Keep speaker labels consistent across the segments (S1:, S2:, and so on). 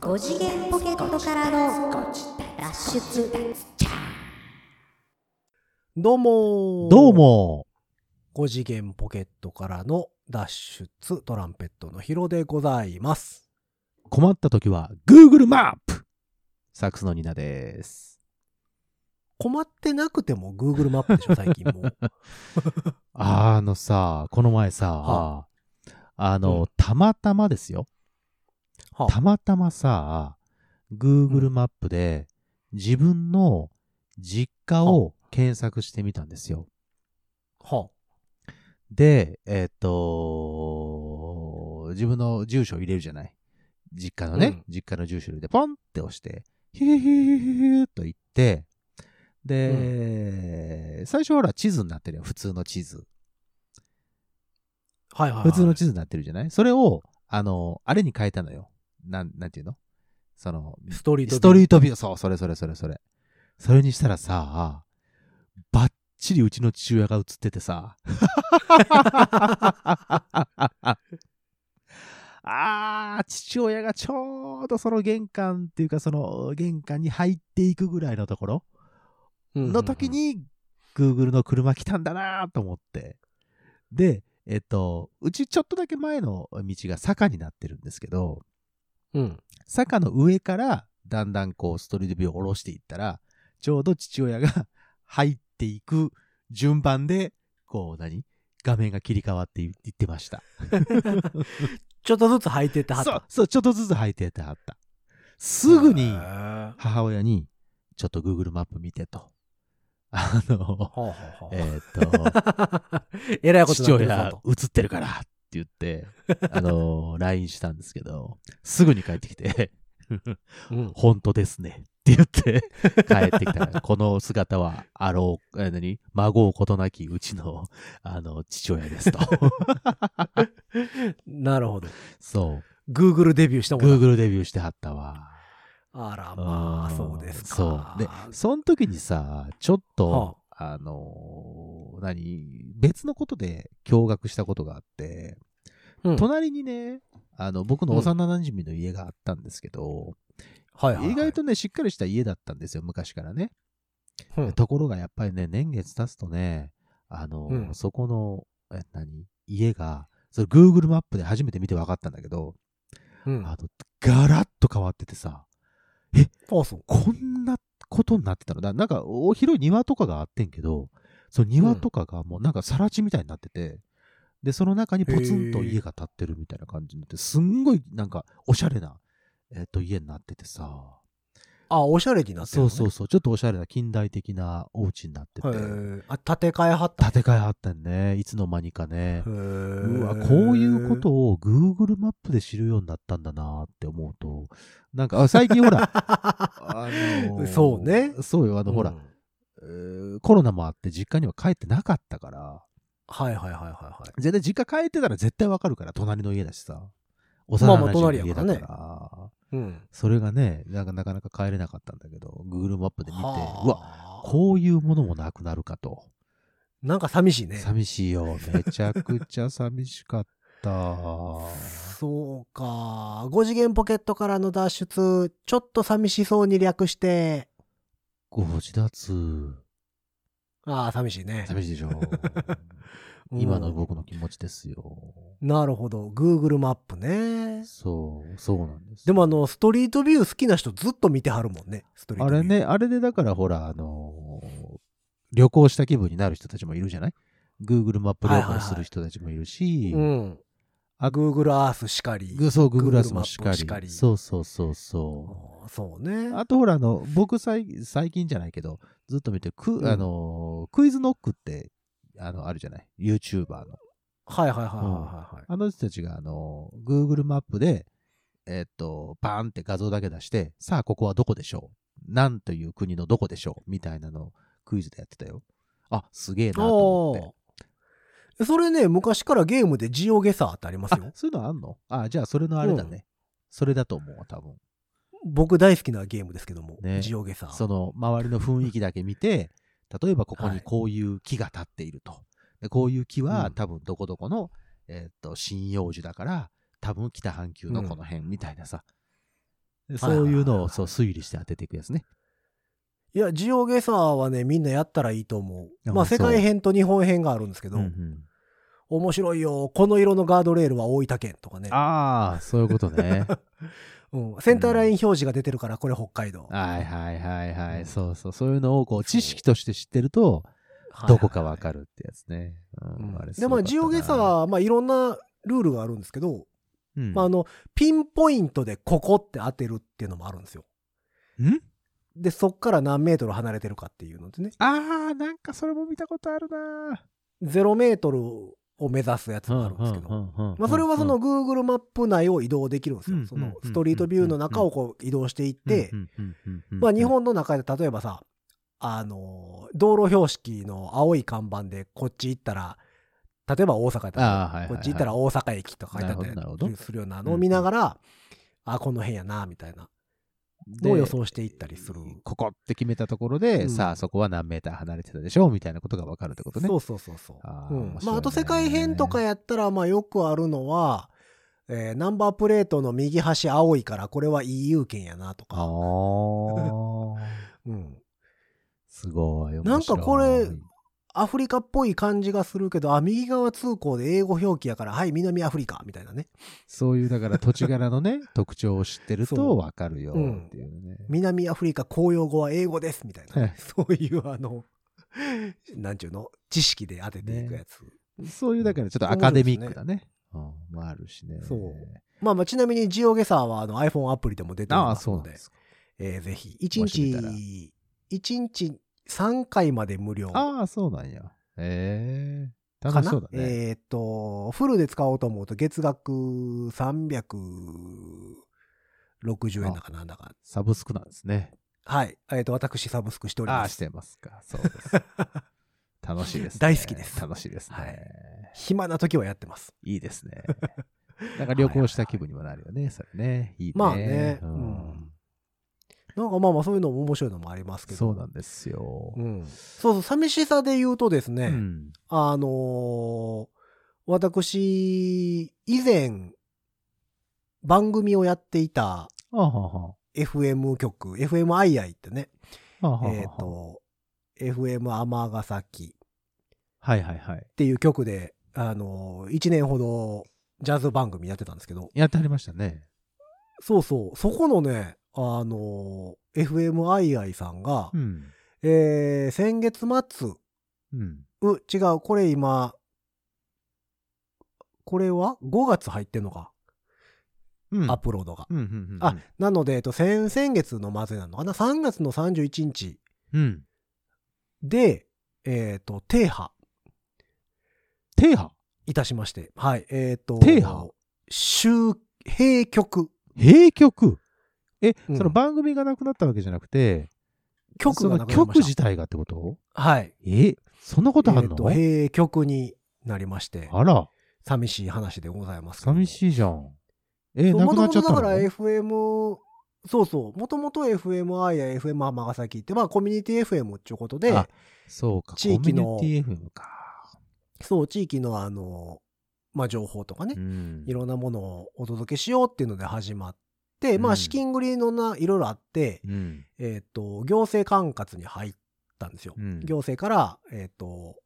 S1: 5次元ポケットからの脱出
S2: どうもー
S3: どう。も。
S2: 5次元ポケットからの脱出トランペットのヒロでございます。
S3: 困った時は Google マップサックスのニナです。
S2: 困ってなくても Google マップでし ょ、最近もう。
S3: あのさ、この前さ、
S2: は
S3: あ
S2: う
S3: の、たまたまですよ。
S2: は
S3: たまたまさ、Google マップで自分の実家を検索してみたんですよ。
S2: あ、は
S3: で、えっ、と自分の住所を入れるじゃない。実家のね、
S2: うん
S3: 実家の住所入れて、ポンって押して、ヒューヒューヒューヒューヒューっと行って、で、最初ほら地図になってるよ。普通の地図。
S2: あ、はいはいはい、
S3: 普通の地図になってるじゃないそれを、あの、あれに変えたのよ。なん、なんていうのその、
S2: ストリート
S3: ストリー
S2: ー
S3: トビュー、そう、それそれそれそれ。それにしたらさ、ばっちりうちの父親が映って てさ。あー、父親がちょうどその玄関っていうか、その玄関に入っていくぐらいのところの時、に、Google の車来たんだなと思って。で、えっと、うちちょっとだけ前の道が坂になってるんですけど、
S2: うんうんうん
S3: 坂の上からだんだんこうストリートビューを下ろしていったら、ちょうど父親が 入っていく順番で、こう何画面が切り替わっていいってました。
S2: ちょっとずつ履いてってはっ
S3: そう
S2: た。、
S3: そう、ちょっとずつ入ってってはった。すぐ
S2: へ
S3: に
S2: ーは
S3: 母親に、ちょっと Google マップ見てと。あの
S2: あ、はあはあ
S3: えーっ
S2: えらい
S3: と、
S2: ことに
S3: 父
S2: なってるぞ
S3: 親映ってるからって言って、あの、LINE したんですけど、すぐに帰ってき
S2: と。
S3: て、
S2: うん
S3: 本当ですね。って言って、帰ってきたら、この姿は、あろう、え何孫うことなきうちの、あの、父親 ですと。
S2: なるほど。
S3: そう。
S2: Google デビューしたもんだ。
S3: Google デビューしてはったわ。
S2: あら、まあ、
S3: ん
S2: そうですか。
S3: そう。で、その時にさ、ちょっ
S2: は
S3: と、あのー何別のことで驚愕したことがあって、
S2: うん
S3: 隣にね、あの、僕の幼馴染の家があったんですけど、
S2: はいはいはい
S3: 意外、とね、しっかりした家だったんですよ、昔からね。
S2: うん
S3: ところがやっぱりね、年月経つとね、あの、
S2: うん
S3: そこの、え、何家が、それ Google マップで初めて見て分かったんだけど、
S2: うん、
S3: あ
S2: あ
S3: の、ガラッと変わっててさ、
S2: そう。
S3: こんなことになってたのだ。なんか、お広い庭とかがあってんけど、その庭とかがもうなんか更地みたいになってて、で、その中にポツンと家が建ってるみたいな感じになって、すんごいなんか、おしゃれな、えっ、と、家になっててさ、
S2: あ、おしゃれになってる
S3: そ
S2: の
S3: う
S2: ね
S3: そうそう、ちょっとおしゃれな近代的なお家になってて、
S2: へえあ、建て替えはった。
S3: 建て替えあったんね。いつの間にかね
S2: へ。
S3: う
S2: う
S3: わ、こういうことを Google マップで知るようになったんだなって思うと、なんか、あ最近ほ ら、あのー
S2: そうね。
S3: そうよ、あの、ほ
S2: う
S3: ら
S2: ん、
S3: えーコロナもあって実家には帰ってなかったから、
S2: はいはいはいはいはい。
S3: 全然実家帰ってたら絶対わかるから、隣の家だしさ。
S2: まあ
S3: 幼
S2: まあ
S3: 馴染の家だ
S2: 隣や
S3: か、
S2: からうん。
S3: それがね、なんかなかなか帰れなかったんだけど、Google マップで見て、う
S2: はあ
S3: わ、こういうものもなくなるかと。
S2: なんか寂しいね。
S3: 寂しいよ。めちゃくちゃ寂しかった。
S2: そうか。5次元ポケットからの脱出、ちょっと寂しそうに略して、
S3: ご自立。
S2: ああ、寂しいね。
S3: 寂しいでしょ。
S2: うん
S3: 今の僕の気持ちですよ。
S2: なるほど。Google マップね。
S3: そう、そうなんです。
S2: でもあの、ストリートビュー好きな人ずっと見てはるもんね。ストリー
S3: あ
S2: トビュー。
S3: れ。ね、あれでだからほら、あのー旅行した気分になる人たちもいるじゃない ?Google マップ旅行する人たちもいるし、
S2: うん。あ、Google Earth しかり。
S3: ぐそう、
S2: Google
S3: Google Earth もし
S2: マッ
S3: か
S2: プ
S3: り。
S2: しかり
S3: そうそうそうそう。
S2: あーそうね。
S3: あとほら、あの、僕最最近じゃないけど、ずっと見てる、ク
S2: うん
S3: あのークイズノックって、あの、あるじゃない ?YouTuber の。
S2: はいはいはいはいはい。
S3: あの人たちが、あのー Google マップで、えっと、バーンって画像だけ出して、さあ、ここはどこでしょうなんという国のどこでしょうみたいなのをクイズでやってたよ。あ、すげえなと思って。
S2: あーそれね、昔からゲームでジオゲサーってあります
S3: あ
S2: よ。
S3: そういうのあんのあ、じゃあ、それのあれだね。
S2: う
S3: それだと思うわ、多分。
S2: 僕大好きなゲームですけども、
S3: ね
S2: ジオゲサー。
S3: その、周りの雰囲気だけ 見て、例えばここ
S2: はい
S3: にこういう木が立っていると。でこういう木は、
S2: うん
S3: 多分どこどこの、えっと、針葉樹だから、多分北半球のこの辺みたいなさ。で
S2: はいはいは
S3: そう
S2: いはい
S3: いうのをそう推理して当てていくやつね。
S2: いや、ジオゲサーはね、みんなやったらいいと思う。
S3: あ
S2: まあ、
S3: そ
S2: 世
S3: う
S2: 界編と日本編があるんですけ
S3: う
S2: ど、
S3: んうん
S2: 面白いよ、この色のガードレールは大分県とかね、
S3: ああ、そういうこ とね。
S2: うん、センターライン表示が出てるから、これ北海道。
S3: はいはいはいは
S2: うん
S3: い。そうそう。そういうのをこう知識として知ってると、
S2: はい
S3: どこかわかるってやつね。
S2: う
S3: うん
S2: ん
S3: あれす
S2: で、ま
S3: ごか
S2: あ、
S3: ったな
S2: ジオゲサー、は、まあ、いろんなルールがあるんですけど、
S3: うん
S2: まあ、あの、ピンポイントでここって当てるっていうのもあるんですよ。
S3: ん
S2: で、そっから何メートル離れてるかっていうのでね、
S3: ああ、なんかそれも見たことあるな。
S2: 0メートルを目指すやつもあるんですけど、まあ、それはその Google マップ内を移動できるんですよ
S3: う。ん
S2: そ
S3: うん
S2: の
S3: うん
S2: ストリートビューの中をこう移動していって、
S3: うんうんうんうん
S2: まあ、日本の中で例えばさ、あのー道路標識の青い看板でこっち行ったら、例えば大阪だったら
S3: あーはいはいはい
S2: こっち行ったら大阪駅とか書いてあった
S3: なるほどなるほ
S2: り
S3: ど
S2: するようなのを見ながら、あ、この辺やな、みたいな
S3: で
S2: のを予想していったりする。
S3: ここって決めたところで、
S2: うん
S3: さあそこは何メーター離れてたでしょうみたいなことがわかるってことね。
S2: そうそうそうそう。
S3: あ
S2: う
S3: ー
S2: ん
S3: 面白いね
S2: まあ、あと世界編とかやったら、まあ、よくあるのは、えーナンバープレートの右端青いから、これは EU 圏やなと
S3: あ
S2: か。
S3: ー
S2: うん。
S3: すごい。面白い
S2: なんかこれアフリカっぽい感じがするけど、あ、右側通行で英語表記やから、はい、南アフリカ、みたいなね。
S3: そういうだから土地柄のね特徴を知ってる
S2: そ
S3: と
S2: う
S3: わかるよっていうね。
S2: 南アフリカ公用語は英語です、みたいな、
S3: はい
S2: そういう、あの、なんちゅうの、知識で当てていくやつ。
S3: そういうだからちょっとアカデミックだね。うんもあるしね。
S2: そうまあまあ、ちなみにジオゲサーはあの iPhone アプリでも出て
S3: ああ
S2: ま
S3: ー
S2: す
S3: そう
S2: の
S3: なん
S2: で、
S3: ですか。
S2: えーぜひ、
S3: もし見たら
S2: 1日、1日3回まで無料。
S3: ああそうなんや。ええ
S2: か
S3: 楽し
S2: な
S3: そうだね。
S2: えーっと、フルで使おうと思うと月額360円だかなんだか。
S3: サブスクなんですね。
S2: はい。えーっと、私サブスクしており
S3: ああ
S2: ま
S3: ー、し
S2: す。
S3: てますか。そう です。楽しいです、ね。
S2: 大好きです
S3: 楽しいですね。
S2: はい
S3: い、
S2: 暇な時はやってます。
S3: いで すね。なんか旅行した気分にもなるよね、それね。いいね。
S2: まあね
S3: う
S2: うん
S3: ん、
S2: なんかまあまあそういうのも面白いのもありますけど。
S3: そうなんですよ。
S2: うんそうそう、寂しさで言うとですね、
S3: うん
S2: あのー私、以前、番組をやっていた
S3: あはは
S2: FM 局、FMII ってね、
S3: あはは
S2: えっ、と、FM 尼崎っ
S3: はいはいはい。
S2: ていう局で、あの、1年ほどジャズ番組やってたんですけど、
S3: やってはりましたね。
S2: そうそう、そこのね、あの、FMII さんが、
S3: うん。
S2: えー先月末、
S3: うん。
S2: う、違う、これ今、これは ?5 月入ってんのか、
S3: うん。
S2: アップロードが。
S3: うんうんうん。
S2: あ、なので、えっと、先々月の末なのかな ?3 月の31日
S3: うん。
S2: で、えっ、と、停波
S3: 停派
S2: いたしまして。はい。えっ、と、
S3: 停波
S2: 周平局。
S3: 閉局え、
S2: うん
S3: その番組がなくなったわけじゃなくて、
S2: 局
S3: そ
S2: がな
S3: の
S2: くなりま
S3: 局
S2: し
S3: 自
S2: た。
S3: 体がってこと
S2: はい。
S3: え、そんなことあ
S2: え
S3: る
S2: っ
S3: の、
S2: と、平局になりまして、
S3: あら。
S2: 寂しい話でございますけども。
S3: 寂しいじゃん。え、
S2: そう
S3: な
S2: も
S3: く
S2: と
S3: なっ
S2: も
S3: ちゃ
S2: と
S3: っ
S2: だ
S3: たの
S2: から FM、そうそう、もともと FMI や FM 尼崎って、まあコミュニティ FM っていうことで、
S3: あそうか、
S2: 地域の
S3: コミュニティ FM か。
S2: そう、地域のあの、まあ情報とかね
S3: う、ん
S2: いろんなものをお届けしようっていうので始まって、
S3: うん
S2: まあ資金繰りのな、いろいろあって、
S3: うん
S2: えっ、と、行政管轄に入ったんですよ。
S3: うん
S2: 行政から、えっ、と、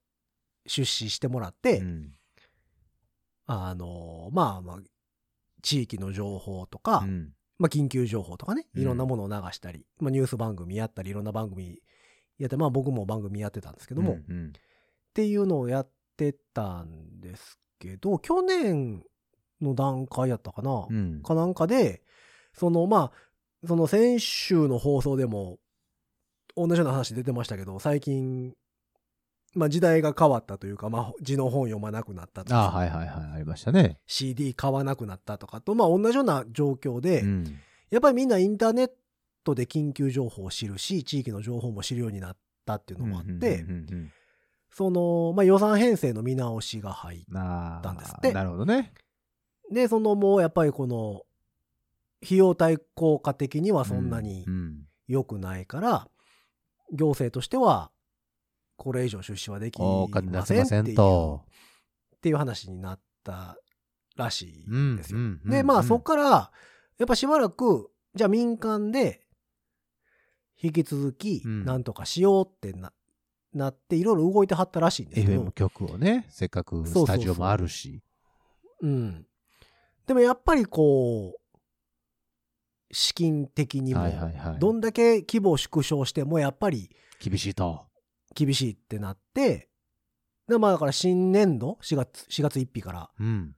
S2: 出資してもらって、
S3: うん
S2: あの、まあまあ、地域の情報とか、
S3: うん
S2: まあ、緊急情報とかね、
S3: うん
S2: いろんなものを流したり、まあ、ニュース番組やったり、いろんな番組やって、まあ、僕も番組やってたんですけども、
S3: う
S2: っ
S3: ん
S2: ていうのをやってたんですけど、去年の段階やったかな、
S3: うん
S2: かなんかで、その、まあ、その先週の放送でも、同じような話出てましたけど、最近、まあ、時代が変わったというか、まあ、字の本読まなくなったと
S3: あ
S2: か、
S3: はいはいはい、ありましたね。
S2: CD 買わなくなったとかと、まあ、同じような状況で、
S3: うん
S2: やっぱりみんなインターネットで緊急情報を知るし、地域の情報も知るようになったっていうのもあって
S3: うん、うんうん
S2: その、まあ、予算編成の見直しが入っ
S3: うんあ
S2: たんですって
S3: ーなるほどね。
S2: で、そのもうやっぱりこの、費用対効果的にはそんなに
S3: うん
S2: 良くないから、行政としては、これ以上出資はでき
S3: お金出
S2: ま
S3: せ
S2: せんっ
S3: ま
S2: てい
S3: せん
S2: う
S3: と。
S2: っていう話になったらしい
S3: うん
S2: ですよ。
S3: うんうん
S2: で、ま
S3: う
S2: あ
S3: ん
S2: そっから、やっぱしばらく、じゃあ民間で引き続き
S3: うん
S2: なんとかしようってな,、なっていろいろ動いてはったらしいんですけ
S3: FM
S2: ど、
S3: 局をね、せっかくスタジオもあるし。
S2: うん、でもやっぱりこう資金的にも
S3: はいはいはい。
S2: どんだけ規模を縮小してもやっぱり
S3: 厳しいと。
S2: 厳しいってなってでまあだから新年度4月 ,4 月1日からっ
S3: うん。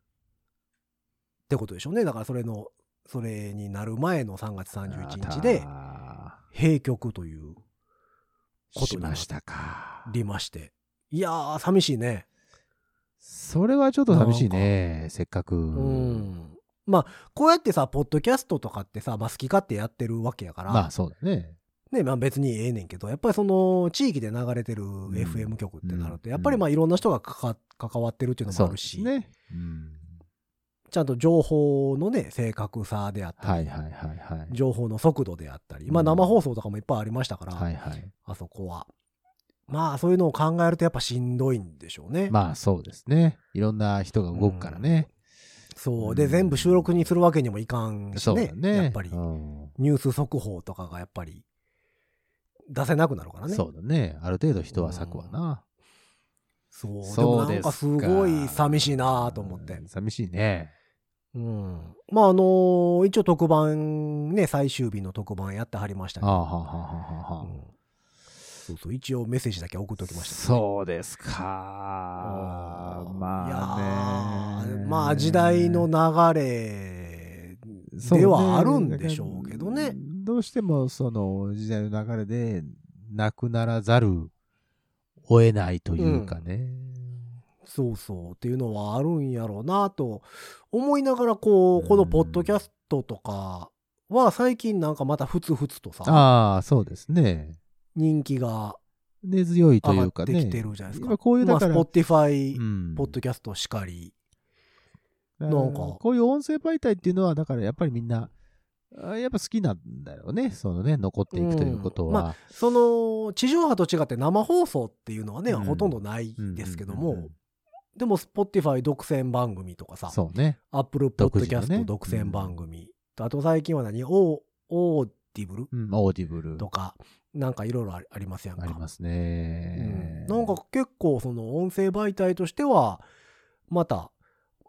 S2: てことでしょうねだからそれのそれになる前の3月31日
S3: あ
S2: で
S3: ー
S2: 閉局ということ
S3: し
S2: にな
S3: ましたか。
S2: りましていやー寂しいね
S3: それはちょっと寂しいね。せっかく。
S2: うんまあこうやってさポッドキャストとかってさ、まあ、好き勝手やってるわけやから、
S3: まあそうだね。
S2: ねまあ、別にええねんけどやっぱりその地域で流れてる
S3: ん
S2: FM 局ってなると、
S3: うん
S2: やっぱりまあいろんな人がかか関わってるっていうのも
S3: そ
S2: あ
S3: う
S2: る
S3: で
S2: し、
S3: すね。うん。
S2: ちゃんと情報のね正確さであったり、
S3: はいはいはいはい。
S2: 情報の速度であったり、
S3: うん
S2: まあ、生放送とかもいっぱいありましたから、
S3: はいはい。
S2: あそこはまあそういうのを考えるとやっぱしんどいんでしょうね、
S3: まあそうですね。いろんな人が動くからね。
S2: そう
S3: う
S2: で
S3: ん
S2: 全部収録にするわけにもいかんし
S3: そう
S2: ね
S3: だね。
S2: やっぱり
S3: うん
S2: ニュース速報とかがやっぱり出せなくなるからね
S3: そうだね。ある程度人は割くわな。
S2: そうで
S3: そ
S2: も
S3: う
S2: なん
S3: です
S2: か
S3: か。
S2: すごい寂しいなと思って
S3: うん。寂しいね。
S2: うん。まああのー一応特番ね、最終日の特番やってはりましたけ
S3: あ
S2: ど。
S3: あはあはあはあは
S2: う
S3: あ
S2: んそうそう、一応メッセージだけ送っときましたけど。
S3: そうですか
S2: う。ん
S3: まあ
S2: いや
S3: ね
S2: ー。まあ時代の流れ、
S3: そうね
S2: ではあるんでしょうけどね。
S3: どうしてもその時代の流れでなくならざるを得ないというかね。
S2: そうそうっていうのはあるんやろうなと思いながら、こう、このポッドキャストとかは最近なんかまたふつふつとさ、
S3: ああ、そうですね。
S2: 人気が
S3: 根強いとい
S2: 上
S3: う
S2: が
S3: か
S2: って
S3: ね。
S2: きてるじゃないですか。
S3: 今こういうだから、
S2: まあ、Spotify、
S3: うん
S2: ポッドキャストしかり。
S3: なん
S2: んか
S3: こういう音声媒体っていうのは、だからやっぱりみんな、あやっぱ好きなんだよね。そのね、残っていくということ
S2: うんま
S3: は。
S2: その地上波と違って生放送っていうのはね、
S3: うん
S2: ほとんどない
S3: うん
S2: ですけど
S3: うんうん
S2: も、でも Spotify 独占番組とかさ、
S3: そうね。
S2: Apple
S3: 独自の
S2: Podcast
S3: ね
S2: 独占番組、あと最近は何オーオーディブル
S3: うん、オーディブル
S2: とか、なんかいろいろありありますやんか。
S3: あります
S2: うん
S3: ね。
S2: なんか結構その音声媒体としては、また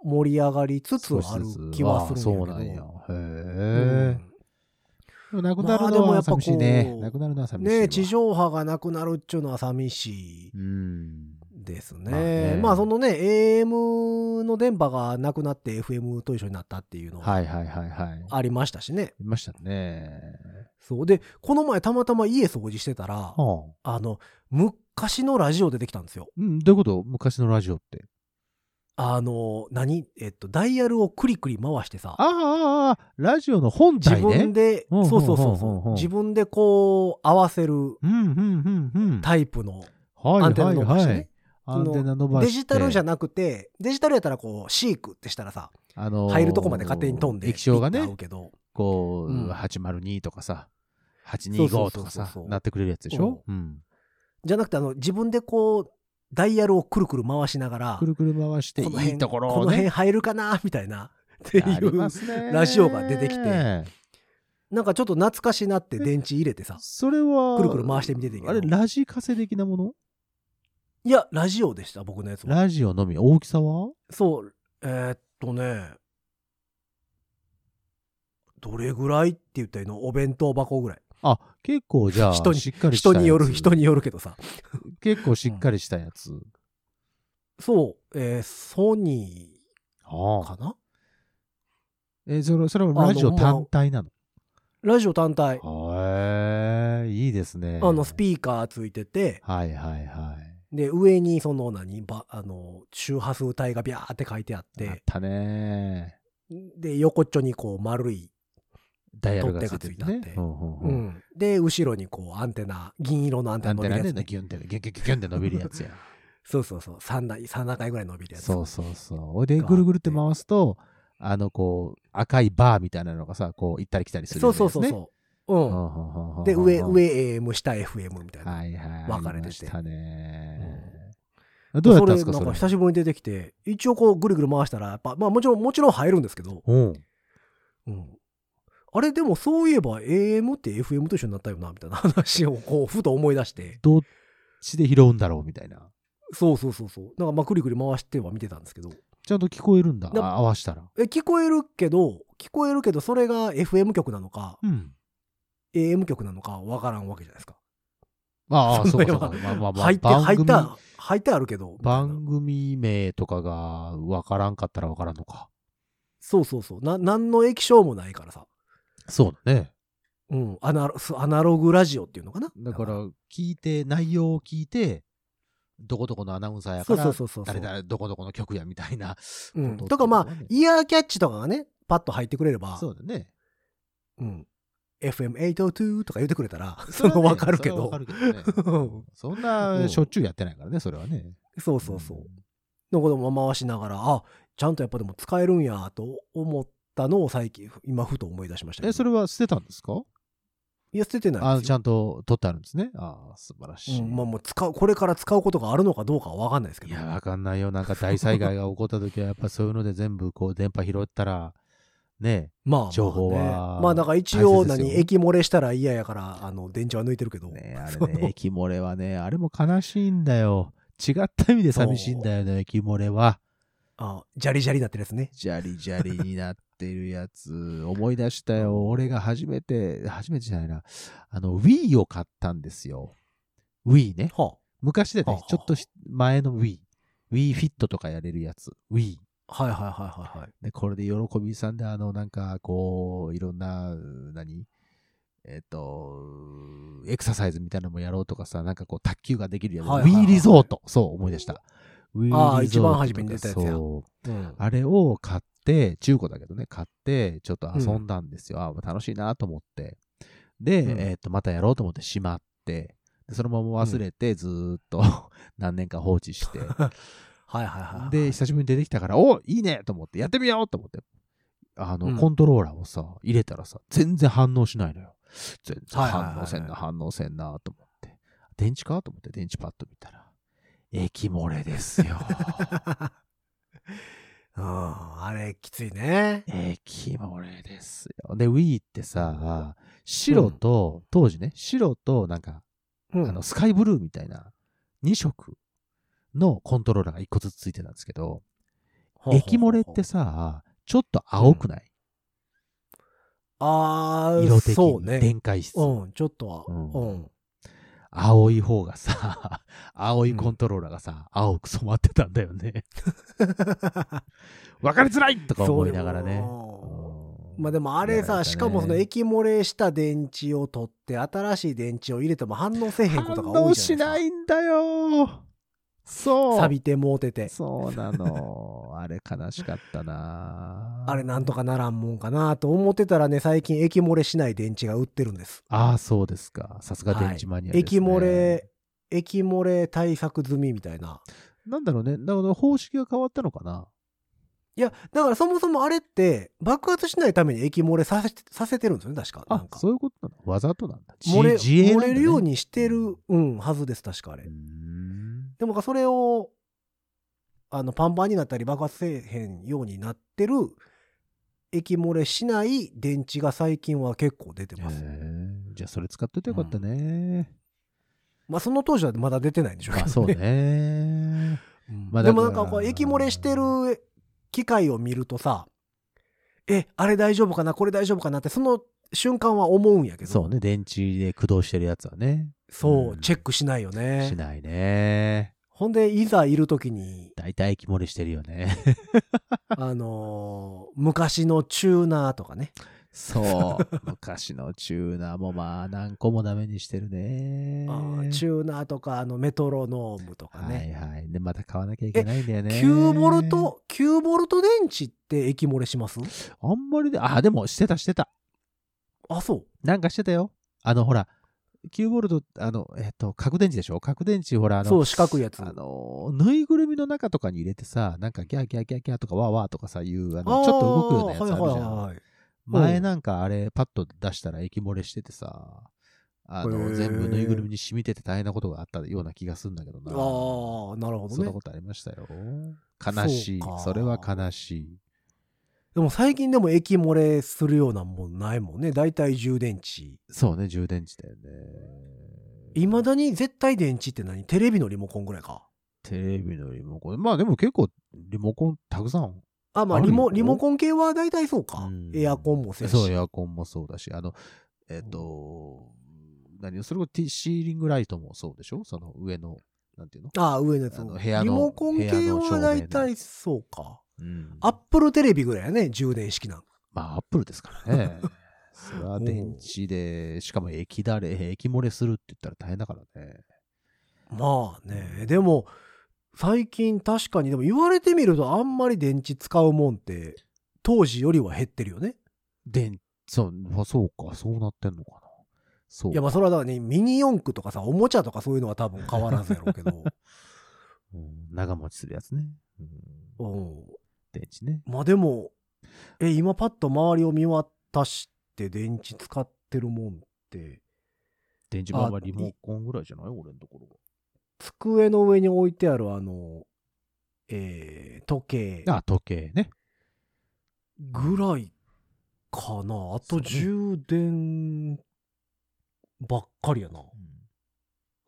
S2: 盛り上がりつつ
S3: 少し
S2: ある
S3: ずつ、
S2: 気はするんやけど。
S3: ああそうなんや。
S2: う
S3: へ
S2: ん
S3: え。でもなくな
S2: まあ
S3: る
S2: で
S3: の
S2: もや
S3: は
S2: っぱこう
S3: 寂しいね。なくなるのは寂しいわ。
S2: ね地上波がなくなるっちゅうのは寂しい
S3: うん。
S2: です
S3: まあ
S2: ね。
S3: ね
S2: まあそのね、AM の電波がなくなって FM と一緒になったっていうのは
S3: はいはいはいはい。あ
S2: ありましたしね。
S3: りましたね。
S2: そう。で、この前たまたま家掃除してたら、
S3: はあ
S2: あの、昔のラジオ出てきたんですよ。
S3: うん、どういうこと昔のラジオって。
S2: あの、何えっと、ダイヤルをクリクリ回してさ
S3: あ、あああ、ラジオの本
S2: 自
S3: 体ね。
S2: 分で、
S3: うん
S2: そうそうそう
S3: うんうんうん
S2: そうう、
S3: ん
S2: 自分でこう合わせる
S3: うんうんうんうん。
S2: タイプの
S3: はい
S2: アンテナ
S3: はい
S2: 伸ばして
S3: は
S2: ね
S3: い。アンテナ伸ばし
S2: デ
S3: て。
S2: ジタルじゃなくて、デジタルやったらこう、シークってしたらさ、
S3: あのー
S2: 入るとこまで勝手に飛んで、
S3: 液晶が
S2: ピッて合
S3: ね
S2: う、けど、
S3: こ
S2: う
S3: う、
S2: ん
S3: 802とかさ、
S2: そう
S3: 825
S2: そうそ
S3: と
S2: う
S3: か
S2: そう
S3: さ
S2: そう、
S3: なってくれるやつでしょうん。
S2: じゃなくて、あの、自分でこう、ダイヤルをくるくる回しながら、
S3: くるくる回して、い
S2: この辺
S3: いところ
S2: この
S3: を
S2: 辺
S3: ね。
S2: 入るかなみたいな、ってい
S3: あり
S2: う
S3: ま、すね
S2: ラジオが出てきて。なんかちょっと懐かしなって電池入れてさ、
S3: それは、
S2: くるくる回してみてていいけ
S3: あ
S2: ど
S3: れ、ラジカセ的なもの
S2: いや、ラジオでした、僕のやつは。
S3: ラジオのみ、大きさは
S2: そう、えーっとね、どれぐらいって言ったらいいのお弁当箱ぐらい。
S3: あ、結構じゃあ、
S2: 人に
S3: しっかりした
S2: 人
S3: やつ
S2: による、人によるけどさ。
S3: 結構しっかりしたやつ。
S2: そう、えーソニー
S3: ああ。
S2: かな
S3: え、それ、それはラジオ単体なの
S2: ラジオ単体。
S3: へえ、いいですね。
S2: あの、スピーカーついてて、
S3: はいはいはい。
S2: で、上にその何、ばあの、周波数帯がビャーって書いてあっ、
S3: あってたね
S2: で、横っちょにこう丸い
S3: ダイヤルがついて
S2: 取
S3: て
S2: っ手がついてあって
S3: ね。うんうんうん
S2: で後ろにこうアンテナ銀色のアンテナ
S3: アン
S2: 伸
S3: テ
S2: びる
S3: ナ
S2: や
S3: ね、
S2: つ、
S3: ギュンって、ギュンギュンギュンギュンって伸びるやつや。
S2: そうそうそう3段三段階ぐらい伸びるやつ
S3: そうそうそう。おいで、ぐるぐるって回すと、あの、こう、赤いバーみたいなのがさ、こう、行ったり来たりする
S2: そ
S3: や
S2: う
S3: つ
S2: そ
S3: ね。
S2: うそう
S3: う。
S2: そう、うん
S3: ん
S2: で上。
S3: うんうんうん
S2: 上 AM 下 FM みたいな、
S3: はいはい。
S2: 分かれてて
S3: ありましたね。どうやったんですか、
S2: そ
S3: そ
S2: れなんか
S3: れ。
S2: 久しぶりに出てきて一応こうぐるぐる回したらやっぱまあもちろんもちろん入るんですけど、
S3: うん。
S2: うんあれでもそういえば AM って FM と一緒になったよなみた いな話をこうふと思い出して
S3: どっちで拾うんだろうみたいな。
S2: そうそうそうそうなんかまあくりくり回しては見てたんですけど
S3: ちゃんと聞こえるんだ。
S2: でも
S3: あ合わしたら。
S2: え聞こえるけど聞こえるけどそれが FM 局なのか
S3: うん。
S2: AM 局なのかわからんわけじゃないですか
S3: ああ、
S2: そ
S3: そ
S2: んな
S3: うかそうか。まあまあまあ、
S2: 入って
S3: 番
S2: 入っ
S3: 組
S2: た入ってあるけどみたいな
S3: 番組名とかがわからんかったらわからんのか。
S2: そうそうそうな何の液晶もないからさ
S3: そうだね。
S2: うんアナロアナログラジオっていうのかな
S3: だから、聞いて、内容を聞いて、どこどこのアナウンサーやか
S2: そう
S3: ら、
S2: そうそうそう
S3: 誰々どこどこの曲やみたいな。
S2: うん、
S3: こと
S2: かまあ、
S3: ね
S2: イヤーキャッチとかがね、パッと入ってくれれば、
S3: そうだね。
S2: うん、FM802 とか言ってくれた ら、そ
S3: れは
S2: の
S3: ね
S2: 分かるけ
S3: それは
S2: ど
S3: わか、るけどね
S2: うん
S3: そんなしょっちゅうやってないからね、それはね。
S2: そうそうそう。のことも回しながら、あ、ちゃんとやっぱでも使えるんやと思ったのを最近、今ふと思い出しましたけど
S3: え、それは捨てたんですか
S2: いや、捨ててない
S3: あ
S2: です
S3: ち
S2: よ。
S3: ゃんと取ってあるんですね。ああ、素晴らしい。
S2: うん、まあもう使う、これから使うことがあるのかどうかは分かんないですけ
S3: い
S2: ど。
S3: や、わかんないよ。なんか大災害が起こった時は、やっぱそういうので全部こう電波拾ったら、ね
S2: まあまあね、
S3: 情報は
S2: まあだから一応
S3: 大切です
S2: 何、
S3: よ
S2: 液漏れしたら嫌やから、あの、電池は抜いてるけど。
S3: え、 ねえあれね、液漏れはね、あれも悲しいんだよ。違った意味で寂しいんだよね、液漏れは。
S2: あ、ジャリジャリなってるやつね。
S3: ジャリジャリになってるや つ、思い出したよ。俺が初めて、初めてじゃないな、あの、Wii を買ったんですよ。Wii ね。
S2: は
S3: 昔で
S2: はあ
S3: ね
S2: は、あ
S3: ちょっとし前の Wii。Wii Fit とかやれるやつ。Wii。
S2: あ、はいはいはいはいはい。
S3: で、これで喜びさんで、あの、なんか、こう、いろんな、う何えっ、と、エクササイズみたいなのもやろうとかさ、なんかこう、卓球ができるやつ。
S2: はいはいはい
S3: Wii リゾート。そう、思い出した。Wii
S2: ああ
S3: リゾートとか
S2: 一番初めに出たやつや
S3: そう
S2: うん
S3: あれを買って、中古だけどね、買って、ちょっと遊んだんですよ。あ楽しいなと思って。で、
S2: うん
S3: えっと、またやろうと思ってしまって、でそのまま忘れて、ずーっと 何年か放置 して。
S2: はいはいはいはい。
S3: で、久しぶりに出てきたから、おいいねと思って、やってみようと思って、あの、
S2: うん
S3: コントローラーをさ、入れたらさ、全然反応しないのよ。全然
S2: はいはいはいはい
S3: 反応せんな、反応せんなと思って。電池かと思って、電池パッと見たら、液漏れですよ。
S2: うん、あれきついね。
S3: 液漏れですよ。で、Wii ってさ、白と、当時ね、白となんか、
S2: う
S3: あの、スカイブルーみたいな、2色のコントローラーが1個ずつついてたんですけど、液漏れって、さ、ちょっと青くない、
S2: ああ、
S3: 色的
S2: そう
S3: に、
S2: ね。
S3: 電解質、
S2: うん、ちょっとは、
S3: うん
S2: うん。
S3: 青い方がさ、 青いコントローラーがさ、青く染まってたんだ よね。わかりづらいとか思いながらね。
S2: まあでもあれ
S3: やら
S2: さ、
S3: れたね
S2: しかもその液漏れした電池を取って、新しい電池を入れても反応せえへんことが
S3: 反
S2: 多
S3: 応
S2: いじ
S3: し
S2: ゃな
S3: な
S2: で
S3: い
S2: す
S3: いんだよ。そ
S2: か。
S3: う。
S2: 錆びてもうてて。
S3: そうなの。 あれ悲しかったな。
S2: あれなんとかならんもんかなと思ってたらね、最近液漏れしない電池が売ってるんです。
S3: ああ、そうですか。さすが電池マニアです、ね
S2: 液漏れ、液漏れ対策済みみたいな。
S3: なんだろうね。だから方式が変わったのかな。
S2: いや、だからそもそもあれって、爆発しないために液漏れさせてさせてるんですよね、確か。な
S3: あ
S2: ん、か
S3: そういうことなのわざとなんだ。
S2: 漏れ、
S3: 自自衛な
S2: 漏
S3: んだね
S2: れるようにしてる、うん、はずです、確かあれ
S3: う。ん
S2: でもなんかそれを、あの、パンパンになったり爆発せえへんようになってる、液漏れしない電池が最近は結構出て
S3: へ
S2: ます。
S3: えじゃあそれ使っといてよかったね。
S2: まあ、その当時はまだ出てないんでしょうけ
S3: ま
S2: ど
S3: あ
S2: ね。
S3: そうね。
S2: うん
S3: まあ
S2: で
S3: だか
S2: も
S3: ら
S2: なんかこう液漏れしてる機械を見るとさえあれ大丈夫かなこれ大丈夫かなってその瞬間は思うんやけど
S3: そうね。電池で駆動してるやつはね。
S2: そう
S3: うん
S2: チェックしないよね
S3: しないね。
S2: ほんでいざいる時 に
S3: 大体液漏れしてるよね。
S2: あのー昔のチューナーとかね
S3: そう。昔のチューナーもまあ何個もダメにしてるね。
S2: あーチューナーとかあのメトロノームとかね、
S3: はいはい。で、また買わなきゃいけないんだよね。
S2: 9ボルト9ボルト電池って液漏れします
S3: あんまりで、あ、でもしてたしてた。
S2: あそう
S3: なんかしてたよ。あの、ほら、9ボルト、あの、えっと、核電池でしょ核電池、ほら、あの、
S2: そう四角いやつ
S3: あの、ぬいぐるみの中とかに入れてさ、なんかギャーギャーギャーギャーとかワーワーとかさ、いう、あの、ちょっと動くようなやつあるじゃん。
S2: あーはいはいはいはい
S3: 前なんかあれ、パッと出したら液漏れしててさ、あ
S2: へー
S3: の、全部ぬいぐるみに染みてて大変なことがあったような気がするんだけどな。
S2: あーなるほど
S3: そん
S2: ね
S3: なことありましたよ。悲しい
S2: そうか。
S3: それは悲しい。
S2: でも最近でも液漏れするようなもんないもんね。だいたい充電池。
S3: そうね、充電池だよね。
S2: いまだに絶対電池って何テレビのリモコンぐらいか。
S3: テレビのリモコン。まあでも結構、リモコンたくさん。
S2: あ、まあ
S3: ある
S2: リ
S3: よ
S2: モ、リモコン系はだいたいそうか。
S3: うん
S2: エアコンもせやし。
S3: そう、エアコンもそうだし、あの、えっ、と、何それこそティシーリングライトもそうでしょその上の、なんていうの
S2: ああ、上のやつ
S3: あ
S2: も。
S3: の部
S2: リ
S3: 屋の
S2: モコン
S3: 部
S2: 系
S3: 屋の照
S2: は
S3: 明
S2: だいたいそうか。
S3: うん
S2: アップルテレビぐらいやね、充電式なん。
S3: まあ、アップルですから ね。それは電池で、しかも液だれ、液漏れするって言ったら大変だからね。
S2: まあね、でも、最近確かに、でも言われてみるとあんまり電池使うもんって、当時よりは減ってるよね。
S3: 電、そう、まあ、そうか、そうなってんのかな。そう。
S2: いやまあそれはだからね、ミニ四駆とかさ、おもちゃとかそういうのは多分変わらずやろうけど。
S3: うん長持ちするやつね。うん
S2: うん
S3: 電池ね。
S2: まあでも、え、今パッと周りを見渡して電池使ってるもんって、
S3: 電池
S2: あ
S3: まあまあリモコンぐらいじゃない俺のところ
S2: 机の上に置いてあるあの、えー時計
S3: は。あ、時計ね。
S2: ぐらいかな。あ
S3: そう
S2: と
S3: ね
S2: 充電ばっかりやな。
S3: うん